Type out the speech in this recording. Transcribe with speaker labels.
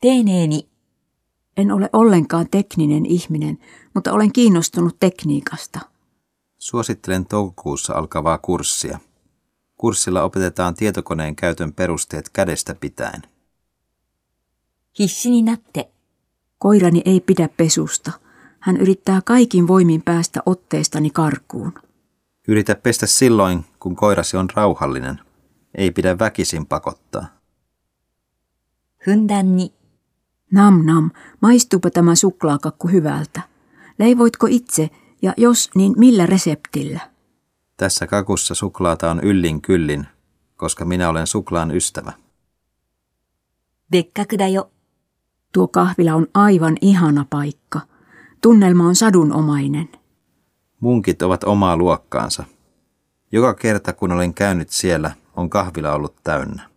Speaker 1: Tehneeni.
Speaker 2: En ole ollenkaan tekninen ihminen, mutta olen kiinnostunut tekniikasta.
Speaker 3: Suosittelen toukokuussa alkavaa kurssia. Kurssilla opetetaan tietokoneen käytön perusteet kädestä pitäen.
Speaker 1: Hissini natte.
Speaker 2: Koirani ei pidä pesusta. Hän yrittää kaikin voimin päästä otteestani karkuun.
Speaker 3: Yritä pestä silloin, kun koirasi on rauhallinen. Ei pidä väkisin pakottaa.
Speaker 1: Hundanni.
Speaker 2: Nam nam, maistuupa tämä suklaakakku hyvältä. Leivoitko itse ja jos, niin millä reseptillä?
Speaker 3: Tässä kakussa suklaata on yllin kyllin, koska minä olen suklaan ystävä.
Speaker 1: Bekkaku da jo.
Speaker 2: Tuo kahvila on aivan ihana paikka. Tunnelma on sadunomainen.
Speaker 3: Munkit ovat omaa luokkaansa. Joka kerta kun olen käynyt siellä, on kahvila ollut täynnä.